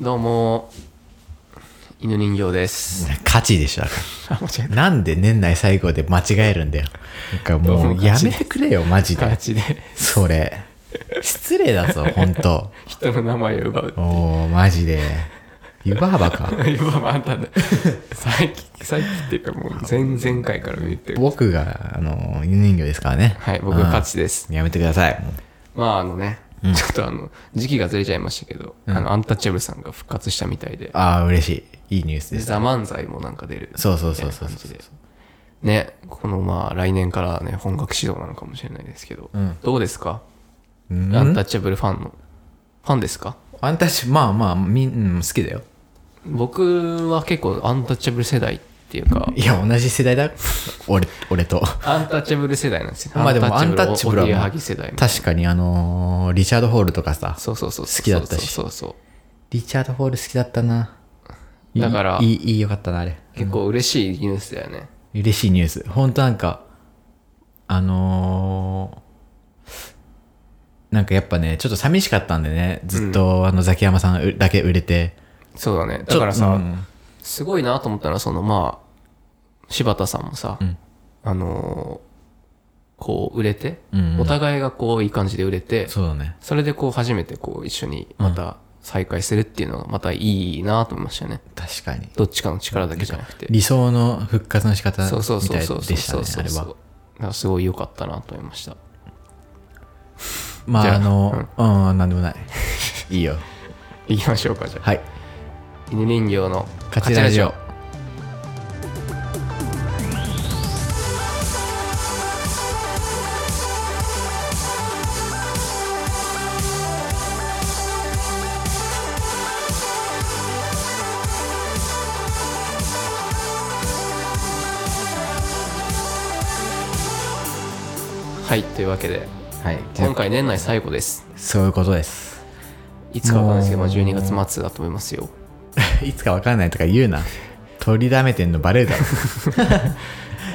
どうも犬人形です 勝ちでしょだからなんで年内最後で間違えるんだよなんかもうやめてくれよマジで形でそれ失礼だぞ 本当人の名前を奪うおおマジで湯婆婆か今もあんた ね最近最近っていうかもう前々回から言ってる僕があの犬人形ですからねはい僕うん勝ちですやめてくださいまああのね、ちょっとあの時期がずれちゃいましたけど、あのアンタッチャブルさんが復活したみたいでああ嬉しいいいニュースでですザ・漫才もなんか出るそうそうそうそうみたいな感じでねこのまあ来年からね本格始動なのかもしれないですけど、んどうですか、うんアンタッチャブルファンのファンですかあんたしまあまあみんうん好きだよ僕は結構アンタッチャブル世代っていうかいや同じ世 代だ俺俺とアンタッチャブル世代なんですよまあでもアンタッチャブルおぎやははぎ世代確かにあのーリチャード・ホールとかさそうそうそう好きだったしそうそうそうリチャード・ホール好きだったなだからいいいいいいよかったなあれ結構嬉しいニュースだよね、嬉しいニュースほんとなんかあのーなんかやっぱねちょっと寂しかったんでねずっと、あのザキヤマさんうだけ売れてそうだねちょだからさ、うんすごいなと思ったのはそのまあ柴田さんもさ、んあのーこう売れて、うんうんお互いがこういい感じで売れてそうだねそれでこう初めてこう一緒にまた再会するっていうのがまたいいなと思いましたよね確かにどっちかの力だけじゃなくて理想の復活の仕方みそうそうそたういそうでしたねあれそうそうそうはだからすごい良かったなと思いましたまじゃあああのうん、なんでもない いいよ 行きましょうかじゃあはい犬人形の勝ちラジオはいというわけではい今回年内最後ですそういうことです いつかわかんないですけど、まあ、もう12月末だと思いますよいつかわかんないとか言うな取りだめてんのバレるだろ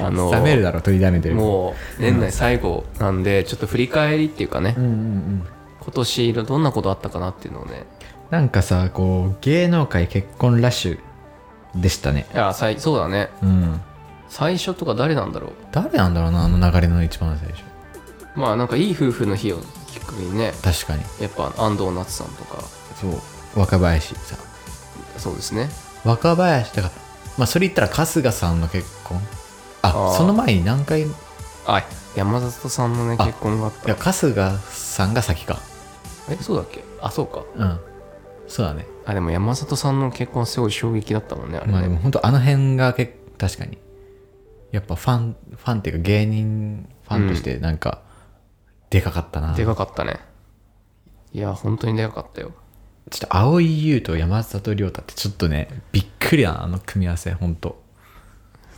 あの冷めるだろ取りだめてるもう年内最後なんでちょっと振り返りっていうかね、うんうんうん今年どんなことあったかなっていうのをねなんかさこう芸能界結婚ラッシュでしたねいやさいそうだねうん最初とか誰なんだろ誰なんだろうなあの流れの一番最初うまあなんかいい夫婦の日をきっかけにね確かにやっぱ安藤夏さんとかそう若林さんそうですね若林だからまあそれ言ったら春日さんの結婚ああーその前に何回いあ山里さんのねあ結婚があったや春日さんが先かえそうだっけあそうかうんそうだねあでも山里さんの結婚すごい衝撃だったもんねあれね、まあでも本当あの辺がけ確かにやっぱファンファンっていうか芸人ファンとしてなんかでかかったな、でかかったねいや本当にでかかったよちょっと蒼井優と山里亮太ってちょっとねびっくりだなあの組み合わせ本当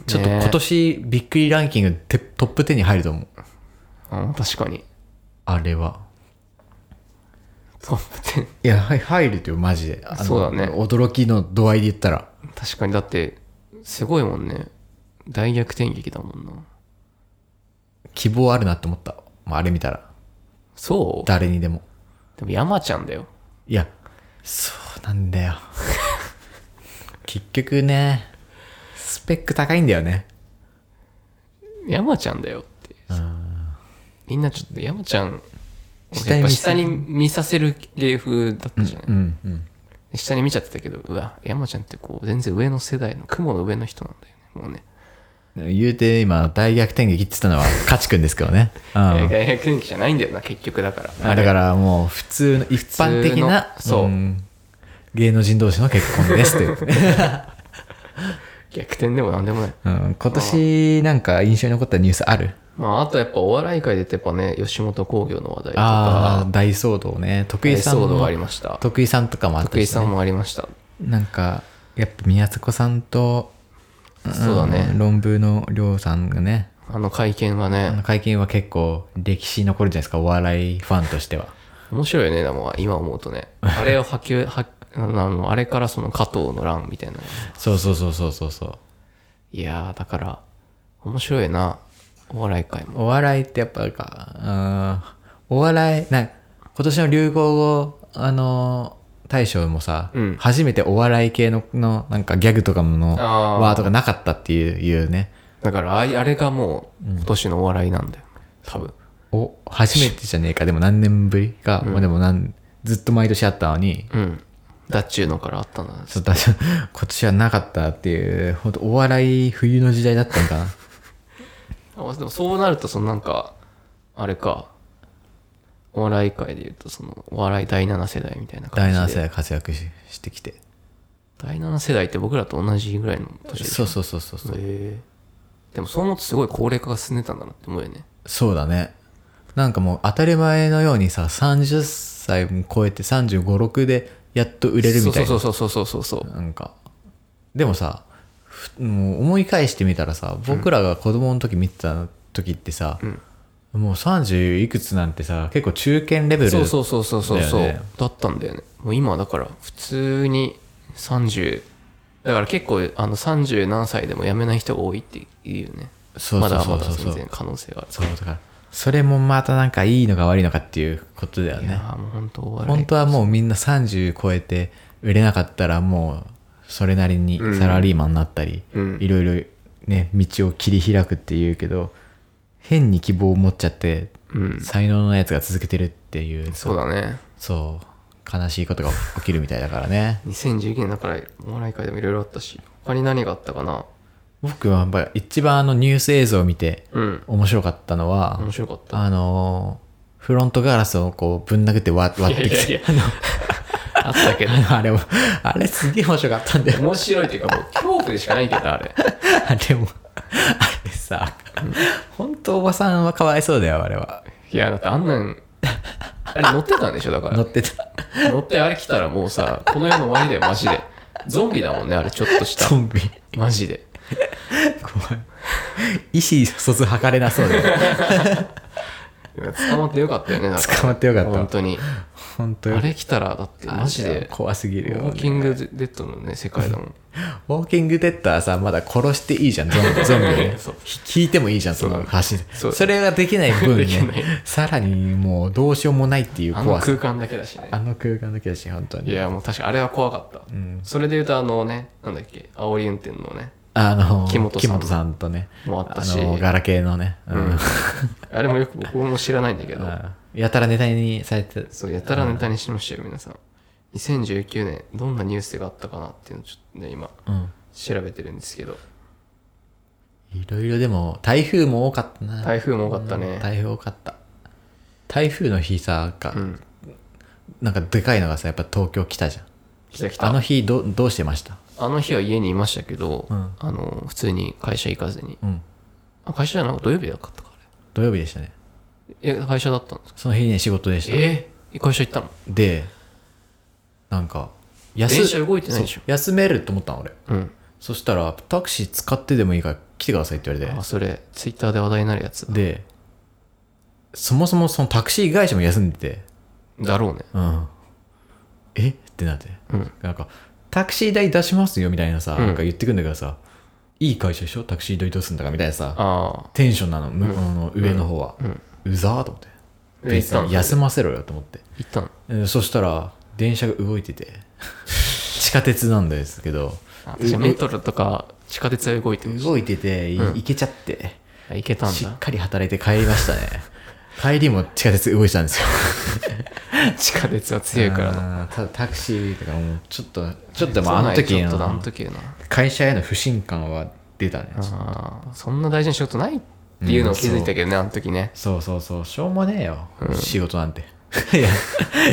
ちょっと今年びっくりランキングてトップ10に入ると思うあ確かにあれはトップ10いやはい入るとよマジであのそうだね驚きの度合いで言ったら確かにだってすごいもんね大逆転劇だもんな希望あるなって思った、まあ、あれ見たらそう誰にでもでも山ちゃんだよいや、そうなんだよ。 結局ね、スペック高いんだよね。山ちゃんだよってみんなちょっと山ちゃんを下やっぱに見下せに見させる芸風だったじゃない、うん、うん。下に見ちゃってたけどうわ山ちゃんってこう全然上の世代の雲の上の人なんだよねもうね言うて今、大逆転劇って言ったのは、カチくんですけ どね。うん。いや大あ逆転劇じゃないんだよな結局だからだからもう、普通の、一般的な普、通のそうん芸能人同士の結婚ですっ ていう。逆転でもなんでもないうん、今年なんか印象に残ったニュースあるまああとやっぱお笑い界で言ってやっぱね吉本興業の話題とかああー、大騒動ね。徳エピ井さんソードがありも、ました徳井さんとかもあったし、徳ね。井さんもありましたなんかやっぱ宮迫さんとそうだねん論文の亮さんがねあの会見はあねの会見は結構歴史に残るじゃないですかお笑いファンとしては面白いよねでも今思うと ねあれを波及はあのあれからその加藤の乱みたいなそうそうそうそうそうそういやーだから面白いなお笑い界もお笑いってやっぱなんかうんお笑いなんか今年の流行語あのー大賞もさ、うん初めてお笑い系ののなんかギャグとかものあーワードがなかったっていういうねだからあいあれがもう今年のお笑いなんだよ多分お初めてじゃねえかでも何年ぶりか、まあでもなんずっと毎年あったのにうんだっちゅうのからあったんだちょっと 今年はなかったっていうほんとお笑い冬の時代だった んかなあでもそうなるとそのなんかあれかお笑い界で言うとそのお笑い第7世代みたいな感第じで7世代活躍ししてきて第7世代って僕らと同じぐらいの年でしょそうそうそうそうそう、へえでもそう思うとすごい高齢化が進んでたんだなって思うよねそうだねなんかもう当たり前のようにさ30歳も超えて3 5 6でやっと売れるみたいなそうそうそうそうそうそうなんかでもさふもう思い返してみたらさ僕らが子供の時見てた時ってさ、もう30いくつなんてさ結構中堅レベルそうそうそうそうそうそうだよねだったんだよねもう今はだから普通に30だから結構あの30何歳でも辞めない人が多いっていうねそうそうそうそうまだまだ全然可能性はあるそうだからそれもまたなんかいいのか悪いのかっていうことだよいねやーもう本当お笑い本当はもうみんな30超えて売れなかったらもうそれなりにサラリーマンになったり、うんいろいろね道を切り開くっていうけど変に希望を持っちゃって、うん才能のないやつが続けてるっていうそうだねそう悲しいことが起きるみたいだからね 2019年だからお笑い界でもいろいろあったし他に何があったかな僕はやっぱ一番あのニュース映像を見てうん面白かったのは、面白かったあのーフロントガラスをこうぶん殴って割割いっやていきやいてやあったけど あれもあれすげえ面白かったんだよ面白いっていうかもう恐怖でしかないけどあれあれも、あれさ、本当おばさんはかわいそうだよ、あれは。いやだってあんなんあれ乗ってたんでしょだから乗ってた。乗ってあれ来たらもうさ、この世の終わりだよ、マジで。ゾンビだもんね、あれ、ちょっとしたゾ。ンビ。マジで。怖い。意思疎通図れなそうだよ。捕まってよかったよね、だから捕まってよかった本当に。本当よあ。れ来たら、だって、マジあれでは。怖すぎるよ、ウォーキングデッドのね、世界だもん。ウォーキングデッドはさ、まだ殺していいじゃん、ゾンビゾンビを ねそう。ひ引いてもいいじゃん、その走り。そうそれができない分できねない、さらにもうどうしようもないっていうあの怖さ。空間だけだしねあ。の空間だけだし、本当いに。や、もう確かあれは怖かった。それで言うと、あのね、なんだっけ、煽り運転の ね、あの、木本さんさんとね、もあったしの、ガラケーのね、うんあれもよく僕も知らないんだけど、やたらネタにされてたそう、やたらネタにしましたよ、皆さん。2019年、どんなニュースがあったかなっていうのをちょっとね、今、うん調べてるんですけど、いろいろでも台風も多かったな台風も多かったね。台風多かった台風の日さが、うん。なんかでかいのがさやっぱ東京来たじゃん来た来た。あの日どどうしてましたあの日は家にいましたけど、うんあの、普通に会社行かずに。うんあ、会社じゃなく土曜日だかったか、あ土曜日でしたねれ。え、会社だったんですかその日ね仕事でしたえー会社行ったのでなんか休電車動いてないでしょそう休めると思ったの俺うん。そしたらタクシー使ってでもいいから来てくださいって言われてあ、それ、ツイッターで話題になるやつだ。でそもそもそのタクシー会社も休んでてだろうね。うん、えってなって、うんなんかタクシー代出しますよみたいなさ、うんなんか言ってくんだけどさいい会社でしょタクシー代どうすんだかみたいなさあテンションなの,、むあの上の方は、うざーと思ってえ店員さん行ったの休ませろよと思ってあ、行ったのうんそしたら電車が動いて て地下鉄なんですけどあ私、メトロとか地下鉄で動いてる動いててい行けちゃって、あ行けたんしっだ。かり働いて帰りましたね 帰りも地下鉄動いてたんですよ地下鉄は強いからな。あーただタクシーとかもうちょっとちょっとそうまああなのんや時ちょっとのあの時やな。会社への不信感は出たねああ、そんな大事な仕事ないっていうのを気づいたけどね、あの時ね。そうそうそうしょうもねえよ、仕事なんて いや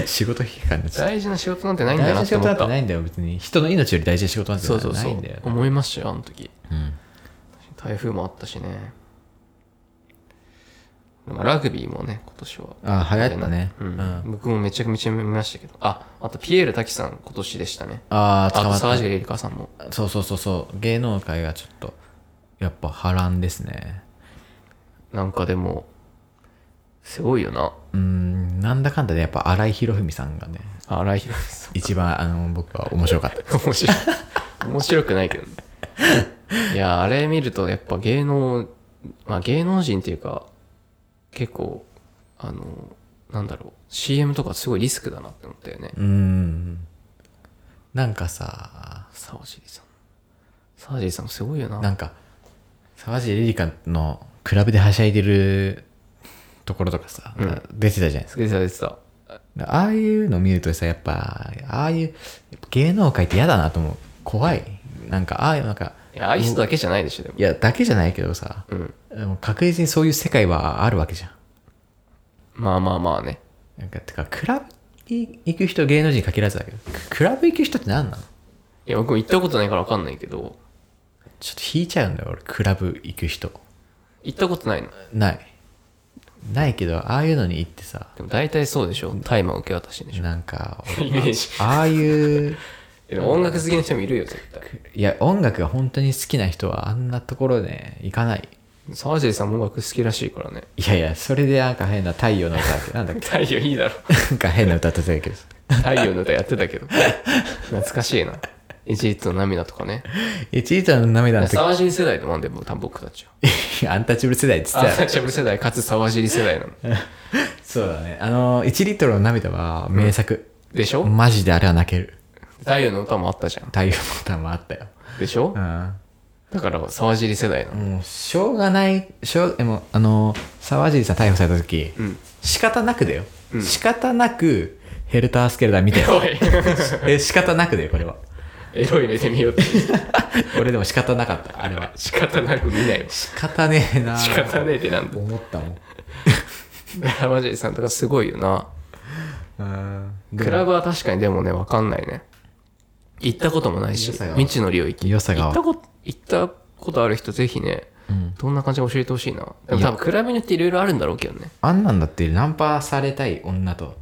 仕事批判になっちゃっ大事な仕事なんてなたいんだ大事ななっ仕て思事なっんてた。ないんだよ別に人の命より大事な仕事なんてそうそうなそ、いうんだよね思いましたよあの時うん台風もあったしねまあラグビーもね今年はあー流行ったねうんうん僕もめちゃくちゃ見ましたけどああとピエール滝さん今年でしたねあああ捕とまっ沢尻エリカさんもたそうそうそうそう芸能界がちょっとやっぱ波乱ですねなんかでもすごいよなうーんなんだかんだでやっぱ荒井博文さんがねあ荒井宏さ一番あの僕は面白かったん面白い面白くないけどねいやあれ見るとやっぱ芸能まあ芸能人っていうか結構あのなんだろう CM とかすごいリスクだなって思ったよねうーんなんかさ、沢尻さん。沢尻さんすごいよな。なんか、沢尻エリカのクラブではしゃいでるところとかさ、うん出てたじゃないです出てた出てた。か。ああいうの見るとさ、やっぱ、ああいう、やっぱ芸能界って嫌だなと思う。怖い。なんか、ああいう、なんか、いや、ああいう人だけじゃないでしょ、でもい。や、だけじゃないけどさ、うん。でも確実にそういう世界はあるわけじゃん。まあまあまあね。なんか、てか、クラブに行く人、芸能人に限らずだけど、ククラブ行く人って何なのいや、僕も行ったことないから分かんないけど、ちょっと引いちゃうんだよ、俺、クラブ行く人。行ったことないの。ない。ないけど、ああいうのに行ってさ、でも大体そうでしょ。大麻受け渡しでしょ。なんか、イメージ。ああいう、でも音楽好きな人もいるよ、絶対。いや、音楽が本当に好きな人はあんなところで行かない。沢尻さんも音楽好きらしいからね。いやいや、それでなんか変な太陽の歌だっけ、なんだっけ、太陽いいだろ。なんか変な歌ってたけど。太陽の歌やってたけど。懐かしいな。エジプトの涙とかね。一時ちゃんの涙の時、沢尻世代でもんでも多分僕たちは。いやアンタッチャブル世代って言アっンてたタよッチャブル世代かつ沢尻世代なの。そうだね。あの、1リットルの涙は名作。でしょマジであれは泣ける。太陽の歌もあったじゃん。太陽の歌もあったよ。でしょうん。だから沢尻世代なの。もう、しょうがない、しょう、でも、あの、沢尻さん逮捕された時、うん。仕方なくだよ。仕方なく、ヘルタースケルダー見たよ。おい。え、仕方なくだよ、これは。エロい目で見ようって。俺でも仕方なかった、あれは。仕方なく見ないわ。仕方ねえな仕方ねえってなんだ。思ったもん。沢尻さんとかすごいよな。うん。クラブは確かにでもね、わかんないね。行ったこともないし、良さが未知の領域。良さが行ったこと、行ったことある人ぜひね、どんな感じか教えてほしいな。でも多分クラブによっていろいろあるんだろうけどね。あんなんだって、ナンパされたい女と、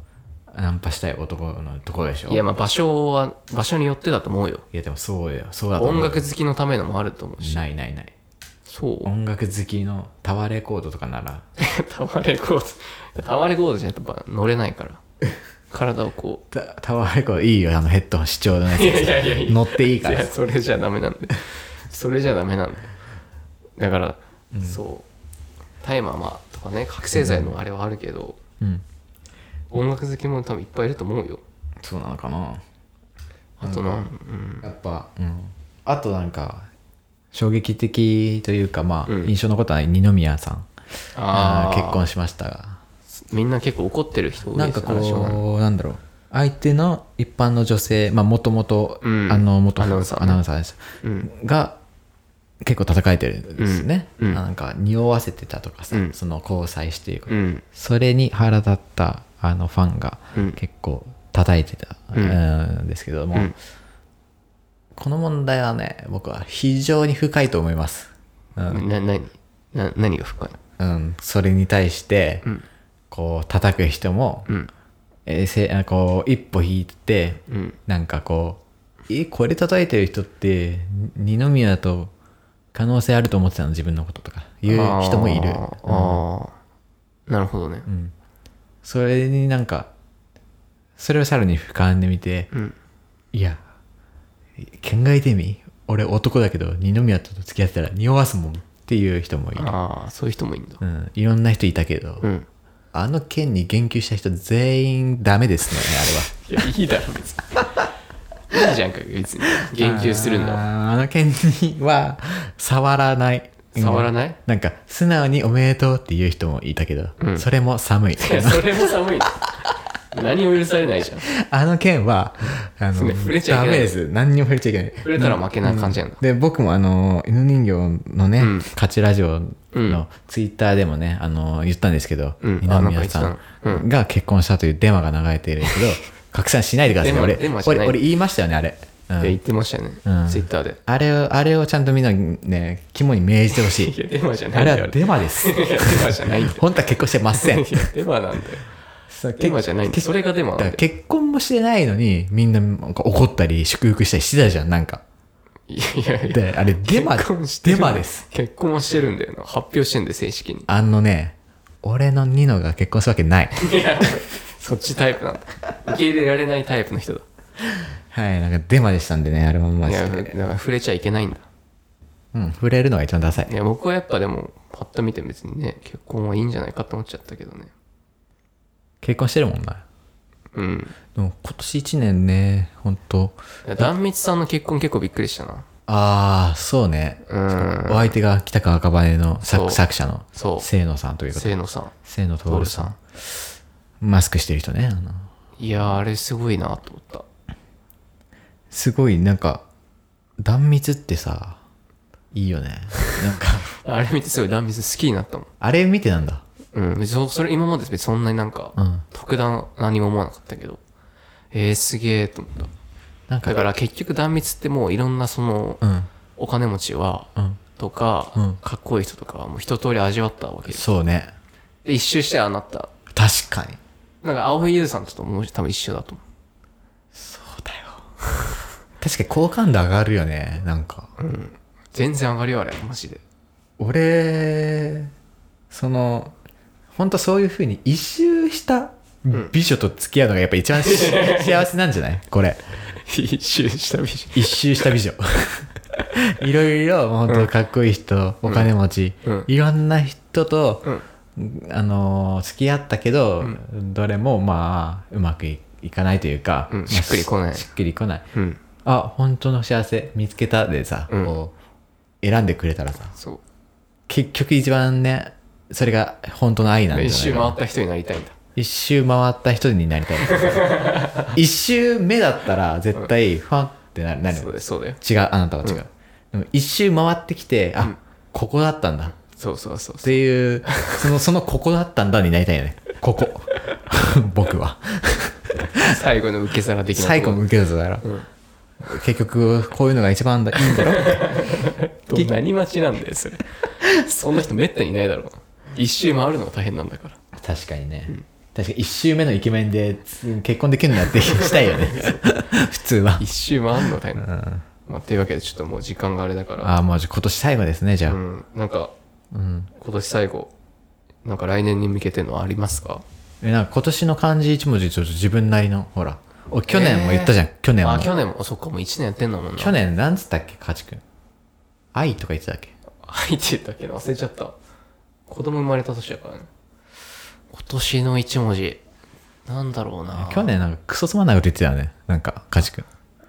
ナンパしたい男のところでしょいや、まあ場所は、場所によってだと思うよ。いやでもそうよ。そうだと思う。音楽好きのためのもあると思うし。ないないない。そう。音楽好きのタワーレコードとかなら、 タワレコード。タワレコードじゃやっぱ乗れないから。体をこタタワーレコードいいよ、あのヘッドホン、視聴のやつ。う。いやいやいやいや。乗っていいかいやら。それじゃダメなんだよそれじゃダメなんだよだから、そうタイマーまあとかね覚醒剤のあれはあるけど、うん。音楽好きも多分いっぱいいると思うよそうなのかな。あとな、うんやっぱ、うん。あとなんか、衝撃的というか、まあ、印象のことは二宮さん。あああー結婚しましたが。みんな結構怒ってる人多いなんですかね話はこう、なんだろう。相手の一般の女性、まあ、もともと、うんあの、元アナウンサーねアナウンサーです。うんが、結構叩かれてるんですね。うんうんなんか、匂わせてたとかさ、うんその交際していうか、うんそれに腹立った、あの、ファンがうん、結構叩いてた、うんうんですけども、うんこの問題はね、僕は非常に深いと思います。うん。な何な何が深いのうん、それに対して、うんこう、叩く人も、うんえーせあこう一歩引いて、うんなんかこうえこれ叩いてる人ってに二宮と可能性あると思ってたの自分のこととか言う人もいるあーあーなるほどねうん、それになんかそれをさらに俯瞰で見てうんいや考えてみ俺男だけど二宮と付き合ってたら匂わすもんっていう人もいる、ああそういう人もいるんだうん、いろんな人いたけど、うんあの件に言及した人全員ダメですねあれいは。やいいだろ別に いいじゃんか別に言及するんだわあーあの件には触らない触らい、ないなんか素直に「おめでとう」って言う人もいたけど、うんそれも寒いいや、それも寒いな。何も許されないじゃん。あの件はあそうのね触れちゃいダけないメです何にも触れちゃいけない触れたら負けな感じやんだ。で僕もあの犬人形のね、うん勝ちラジオうんのツイッターでもねあの言ったんですけど、うん二宮さあなんか言っんてたが結婚したというデマが流れているけ ど拡散しないでくださいデマ俺デマじゃない俺俺言いましたよねあれ、うんいや、言ってましたよねうん。ツイッターで。あれをあれをちゃんとみんなね肝に銘じてほしいいや、デマじゃなあいんれだよ。はデマですい。や、デマじゃないんだよ。本当は結婚してません。いや、デマなんだよ。 そうデマじゃないんだよ。結それがデマなんだだよから。結婚もしてないのに、みんななんか怒ったり、祝福したりしてたじゃん、なんか。いやいやいや。で、あれ、デマ、結婚してデるマです。。結婚はしてるんだよな。発表してんで、正式に。あのね、俺のニノが結婚するわ けない。いや、そっちタイプなんだ。受け入れられないタイプの人だ。はい、なんかデマでしたんでね、あれもマいジや、で。だから触れちゃいけないんだ。うん、触れるのが一番ダサいい。や、僕はやっぱでも、パッと見て別にね、結婚はいいんじゃないかと思っちゃったけどね。結婚してるもんな。うん。でも今年1年ね、本当壇蜜さんの結婚結構びっくりしたな。ああ、そうね。うん。お相手が北川赤羽のそ作う作者のそう清野さんということ清野さん。清野徹徹ささんん。マスクしてる人ね。あのいやー、あれすごいなと思った。すごい、なんか、断密ってさ、いいよ ね。なんか、あれ見てすごい壇蜜好きになったもん。あれ見てなんだ。うん。別にそそれ今まで別にそんなになんか、うん。特段何も思わなかったけど。えー、すげえと思った。なんか、だから結局壇蜜ってもういろんなその、うん。お金持ちは、うん。とか、うんかっこいい人とかはもう一通り味わったわけです。そうね。で、一周してああなった。確かに。なんか、青井優さんとともう多分一緒だと思そうだよ。確かに好感度上がるよね。なんか。う。うん。全然上がるよ、あれ、マジ で。俺その本当そういうふうに一周した美女と付き合うのがやっぱ一 番し幸せなんじゃないこれ一周した美人。一周した美女 いろいろ本当かっこいい人、お金持ち、うんいろんな人と、うん。あのー付き合ったけど、どれもまあうまくいいかないというか、うんまあしっくりこないしっくりこないうん。あ本当の幸せ見つけたでさ、うんこう選んでくれたらさそう。結局一番ねそれが本当の愛なんじゃない一周かな回った人になりたいんだ。一周回った人に なりたい一周目だったら絶対ファンってなるなるそうだよ、そうだよ。違うあなたは違う、でも一周回ってきてあ、ここだったんだっそうそうそうそう。ていうそのそのここだったんだになりたいよねここ 僕は最後の受け皿的な。最後の。受け皿だろ、結局こういうのが一番だいいん だろ何待ちなんだよ、 それ。そんな人めったにいないだろうな。一周回るのが大変なんだから。確かにね、確かに1周目のイケメンでつ結婚できるんだってしたいよね 普通は一周回るのが大変。まあ、というわけで、ちょっともう時間があれだから。ああもうじゃあ今年最後ですねじゃあ、うん。なんか、今年最後、なんか来年に向けてのありますかえなんか今年の漢字一文字ちょっと自分なりのほらお去年も言ったじゃん、去年もあ、去年も、そっか、もう1年やってんのもんな。去年なんつったっけカチ君愛とか言ってたっけ入ってたっけど忘れちゃった。子供生まれた年だからね。今年の1文字。なんだろうな去年なんかクソつまんないこと言ってたよねなんかカチ君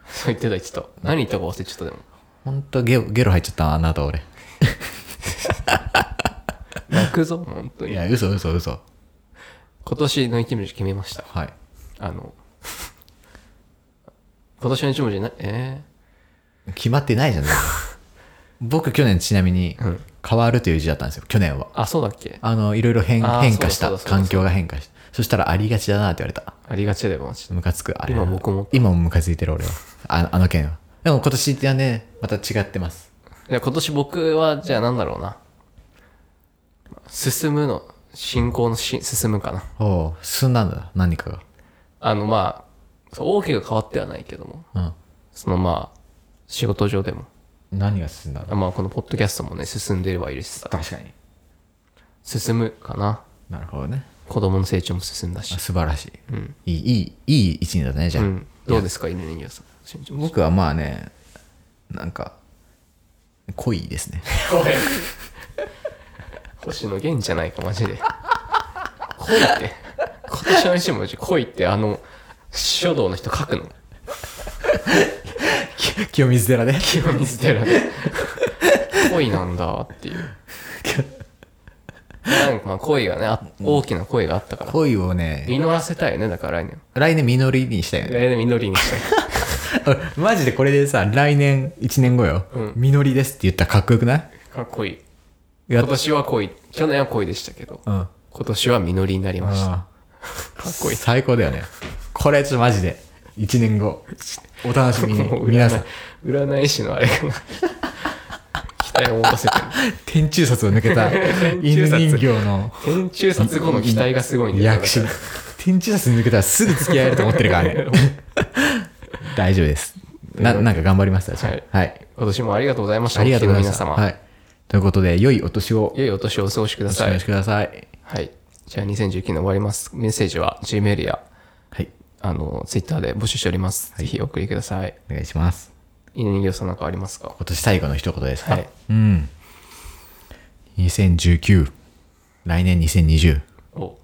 そう言ってた言ってた。何言ったか忘れちゃったでも。ほんとゲロゲロ入っちゃったなあなた俺泣くぞ、本当いに。や嘘嘘嘘今年の1文字決めました。はいあの、 今年の1文字な、え決まってないじゃん 僕去年ちなみにん変わるという字だったんですよ去年はー、あ、そうだっけああの、いろいろ変あー変化したそうだそうだそうだ環境が変化した。そしたらありがちだなって言われた。りがちだよ、マジで。ムカつく、あれ。今僕も今もムカついてる俺は。ああの件は。でも今年ってはね、また違ってます。じゃあ今年僕は、じゃあなんだろうな。進むの、進行のし進むかな。おお進んだんだ、何かが。あの、まあ、そう大きく変わってはないけども、うん。そのまあ、仕事上でも、何が進んだのまあこのポッドキャストもね、進んではいるしさ、確かに。進むかな。なるほどね。子供の成長も進んだあし。素晴らしい。うん。いい、いい、いい一年だったね、じゃうあ。ん。どうですか、犬人形さん。身長僕はまあね、なんか、濃いですね。星野源じゃないか、マジで。恋って、今年の一文字、恋ってあの、書道の人書くの 清水寺で。清水寺で。恋なんだっていう。なんかまあ恋がねあ、大きな恋があったから。 恋をね、実らせたいね、だから来年。来年実りにしたよね。来年実りにしたい。俺マジでこれでさ来年1年後よ「うん実りです」って言ったらかっこよくないかっこいい。や今っ年は恋、去年は恋でしたけど、うん今年は実りになりました。かあっこいい。最高だよねこれちょっとマジで1年後お楽しみ にもう皆占さいん、占い師のあれかな。期待を持たせてる。天中殺を抜 けた中犬殺人形の天中殺後の期待がすごいんだよ。役者天中殺抜けたらすぐ付き合えると思ってるから ね大丈夫ですななんか頑張りましたじゃあはいはい、今年もありがとうございました。ありがとうございまお聞すきの皆様。はい、ということで良いお年を良いお年をお過ごしくだおさ過ごしい。くださいはい。じゃあ2019年終わります。メッセージは Gmail や、はいあの、Twitter で募集しております。ぜひお送りください。お願いします犬人形さんなんかありますか今年最後の一言ですか、はいうん2019来年2020お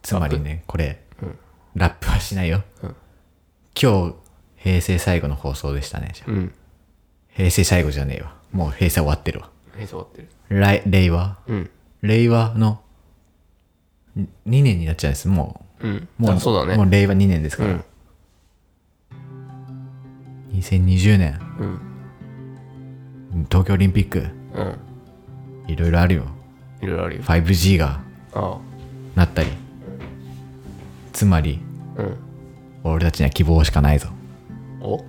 つまりねこれ、ラップはしないよ。うん今日、平成最後の放送でしたね。じゃあうん。平成最後じゃねえわ。もう平成終わってるわ。え、そう合ってる。来、令和うん。令和の2年になっちゃうんです。もう、うん。もあそうだね。もう令和2年でうすから。ん。 2020年、うん。東京オリンピック、うん。いろいろあるよ。いろいろあるよ。 5G があなったり。つまり、あ。うん。俺たちには希望しかないぞ。お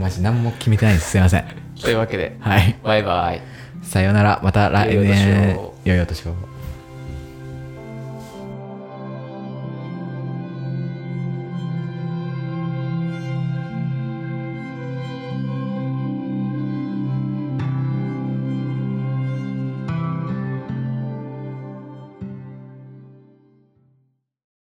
マジ何も決めてないです。すいません。というわけで、はい。バイバイ。さようなら。また来良いお年年を。良いお年を。